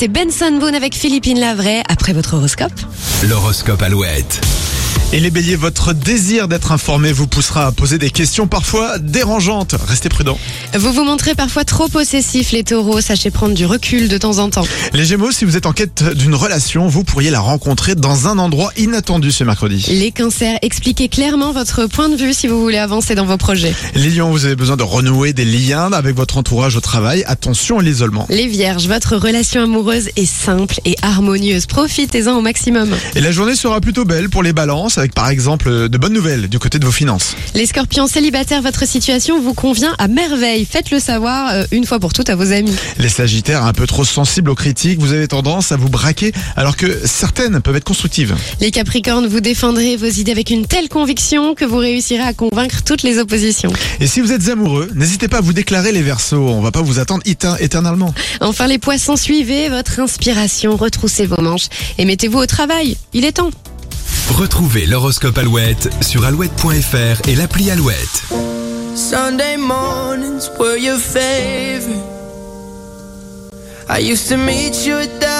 C'est Benson Boone avec Philippine Lavray après votre horoscope. L'horoscope Alouette. Et les béliers, votre désir d'être informé vous poussera à poser des questions parfois dérangeantes. Restez prudent. Vous vous montrez parfois trop possessif les taureaux, sachez prendre du recul de temps en temps. Les gémeaux, si vous êtes en quête d'une relation, vous pourriez la rencontrer dans un endroit inattendu ce mercredi. Les cancers, expliquez clairement votre point de vue si vous voulez avancer dans vos projets. Les lions, vous avez besoin de renouer des liens avec votre entourage au travail. Attention à l'isolement. Les vierges, votre relation amoureuse est simple et harmonieuse, profitez-en au maximum. Et la journée sera plutôt belle pour les balances, avec par exemple de bonnes nouvelles du côté de vos finances. Les scorpions célibataires, votre situation vous convient à merveille, faites-le savoir euh, une fois pour toutes à vos amis. Les sagittaires, un peu trop sensibles aux critiques, vous avez tendance à vous braquer alors que certaines peuvent être constructives. Les capricornes, vous défendrez vos idées avec une telle conviction que vous réussirez à convaincre toutes les oppositions. Et si vous êtes amoureux, n'hésitez pas à vous déclarer les versos. On va pas vous attendre étein- éternellement. Enfin les poissons, suivez votre inspiration, retroussez vos manches et mettez-vous au travail, il est temps. Retrouvez l'horoscope Alouette sur alouette.fr et l'appli Alouette. Sunday mornings were your favorite. I used to meet you at the